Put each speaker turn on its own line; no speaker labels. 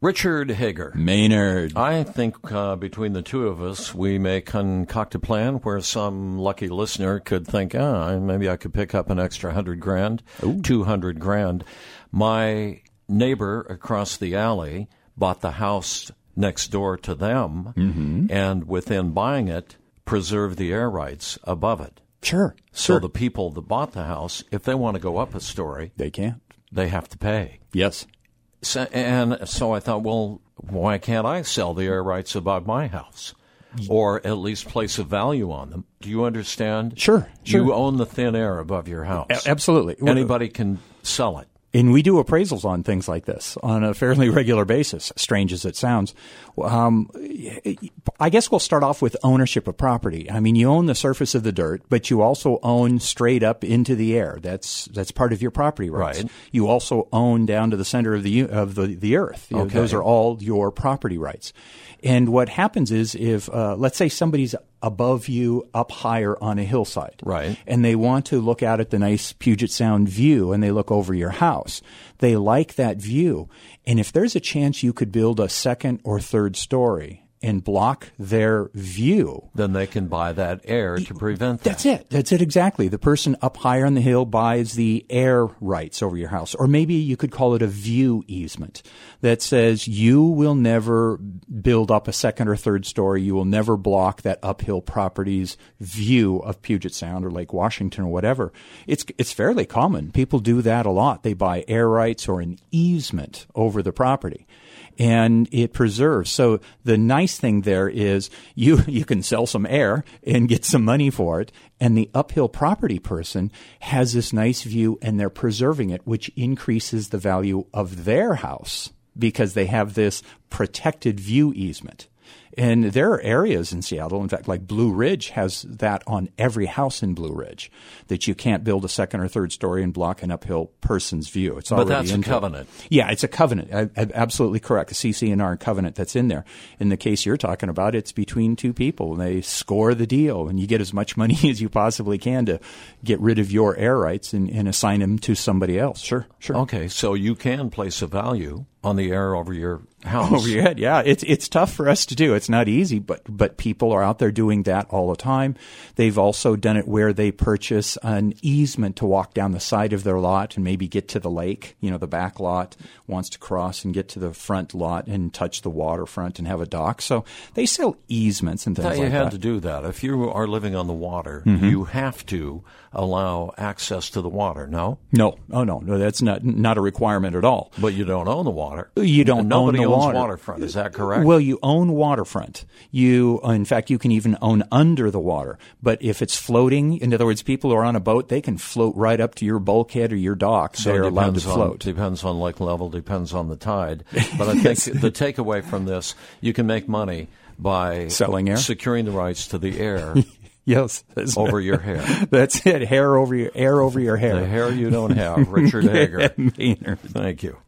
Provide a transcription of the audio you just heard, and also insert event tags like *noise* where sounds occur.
Richard Hager.
Maynard.
I think uh, between the two of us, we may concoct a plan where some lucky listener could think, ah, maybe I could pick up an extra hundred grand, two hundred grand. My neighbor across the alley bought the house next door to them, and within buying it, preserved the air rights above it.
Sure.
So the people that bought the house, if they want to go up a story,
They can't.
they have to pay.
Yes.
So, and so I thought, well, why can't I sell the air rights above my house? Or at least place a value on them. Do you understand?
Sure, sure. E-,
You own the thin air above your house.
A- absolutely.
Anybody can sell it.
And we do appraisals on things like this on a fairly *laughs* regular basis, strange as it sounds. Um, I guess we'll start off with ownership of property. I mean, you own the surface of the dirt, but you also own straight up into the air. That's that's part of your property rights.
Right.
You also own down to the center of the u- of the the earth. You know,
Okay.
Those are all your property rights. And what happens is if uh, let's say somebody's above you up higher on a hillside
Right.
and they want to look out at the nice Puget Sound view and they look over your house. They like that view. And if there's a chance you could build a second or third story and block their view,
Then they can buy that air to prevent that.
that's it. That's it exactly. The person up higher on the hill buys the air rights over your house. Or maybe you could call it a view easement that says you will never build up a second or third story. You will never block that uphill property's view of Puget Sound or Lake Washington or whatever. It's, it's fairly common. People do that a lot. They buy air rights or an easement over the property and it preserves. So the nice thing there is you *laughs* you can sell some air and get some money for it, and the uphill property person has this nice view and they're preserving it, which increases the value of their house because they have this protected view easement. And there are areas in Seattle, in fact, like Blue Ridge has that on every house in Blue Ridge, that you can't build a second or third story and block an uphill person's view. It's
But
already
that's a
into it.
covenant.
Yeah, it's a covenant. I, I- absolutely correct. A CCNR covenant that's in there. In the case you're talking about, it's between two people. They score the deal, and you get as much *laughs* money as you possibly can to get rid of your air rights and, and assign them to somebody else. Sure, sure.
Okay, so you can place a value on the air over your house.
Over your head, yeah. It's it's tough for us to do. It's not easy, but but people are out there doing that all the time. They've also done it where they purchase an easement to walk down the side of their lot and maybe get to the lake. You know, the back lot wants to cross and get to the front lot and touch the waterfront and have a dock. So they sell easements and things
thought you
like
had
that. Mm-hmm.
to do that. If you are living on the water, you have to allow access to the water. No,
No, oh no, no, that's not not a requirement at all.
but you don't own the water.
You don't
And nobody
own the
owns
water.
waterfront. Is that correct?
Well, you own waterfront. You, uh, in fact, you can even own under the water. But if it's floating, in other words, people who are on a boat, they can float right up to your bulkhead or your dock.
So
They're
it
allowed to
depends on- *laughs*
float.
depends on lake level, depends on the
*laughs*
tide. But I think the takeaway from this, you can make money by
Selling air?
securing the rights to the
*laughs*
air
yes, that's,
over
*laughs*
your hair,
that's it. Hair over your hair over your hair. *laughs*
the hair you don't have. Richard Hager,
Maynard.
thank you.